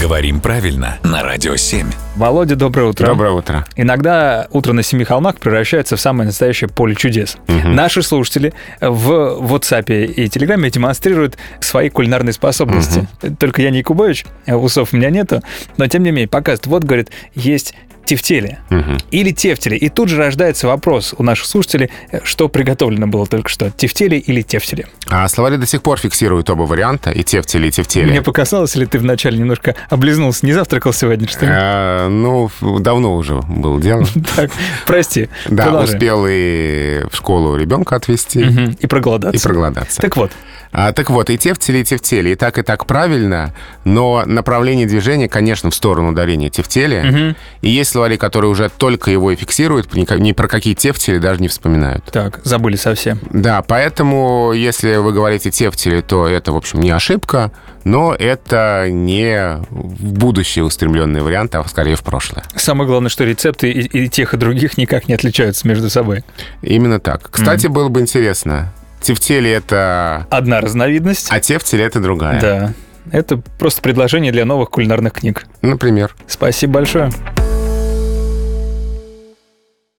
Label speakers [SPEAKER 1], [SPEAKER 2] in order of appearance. [SPEAKER 1] Говорим правильно на Радио 7.
[SPEAKER 2] Володя, доброе утро.
[SPEAKER 3] Доброе утро.
[SPEAKER 2] Иногда утро на Семи Холмах превращается в самое настоящее поле чудес. Наши слушатели в WhatsApp и Телеграме демонстрируют свои кулинарные способности. Только я не Якубович, э, усов у меня нету, но тем не менее показывает. Вот, говорит, есть тефтели или тефтели. И тут же рождается вопрос у наших слушателей, э, что приготовлено было только что, тефтели или тефтели.
[SPEAKER 3] А словари до сих пор фиксируют оба варианта, и тефтели, и тефтели.
[SPEAKER 2] Мне показалось, или ты вначале немножко облизнулся, не завтракал сегодня, что ли?
[SPEAKER 3] Э, ну, ф- давно уже было дело.
[SPEAKER 2] Так, прости,
[SPEAKER 3] Да,
[SPEAKER 2] продолжай.
[SPEAKER 3] успел и в школу ребенка отвезти,
[SPEAKER 2] Мгм, И проголодаться.
[SPEAKER 3] и проголодаться.
[SPEAKER 2] Так вот,
[SPEAKER 3] А, так вот, и тефтели, и тефтели, и так, и так правильно, но направление движения, конечно, в сторону ударения тефтели. И есть словари, которые уже только его и фиксируют, ни, ни про какие тефтели даже не вспоминают.
[SPEAKER 2] так, забыли совсем.
[SPEAKER 3] Да, поэтому, если вы говорите тефтели, то это, в общем, не ошибка, но это не в будущее устремленный вариант, а скорее в прошлое.
[SPEAKER 2] Самое главное, что рецепты и, и тех, и других никак не отличаются между собой.
[SPEAKER 3] Именно так. Кстати, было бы интересно, тефтели это...
[SPEAKER 2] Одна разновидность.
[SPEAKER 3] А тефтели это другая.
[SPEAKER 2] Да. Это просто предложение для новых кулинарных книг.
[SPEAKER 3] Например.
[SPEAKER 2] Спасибо большое.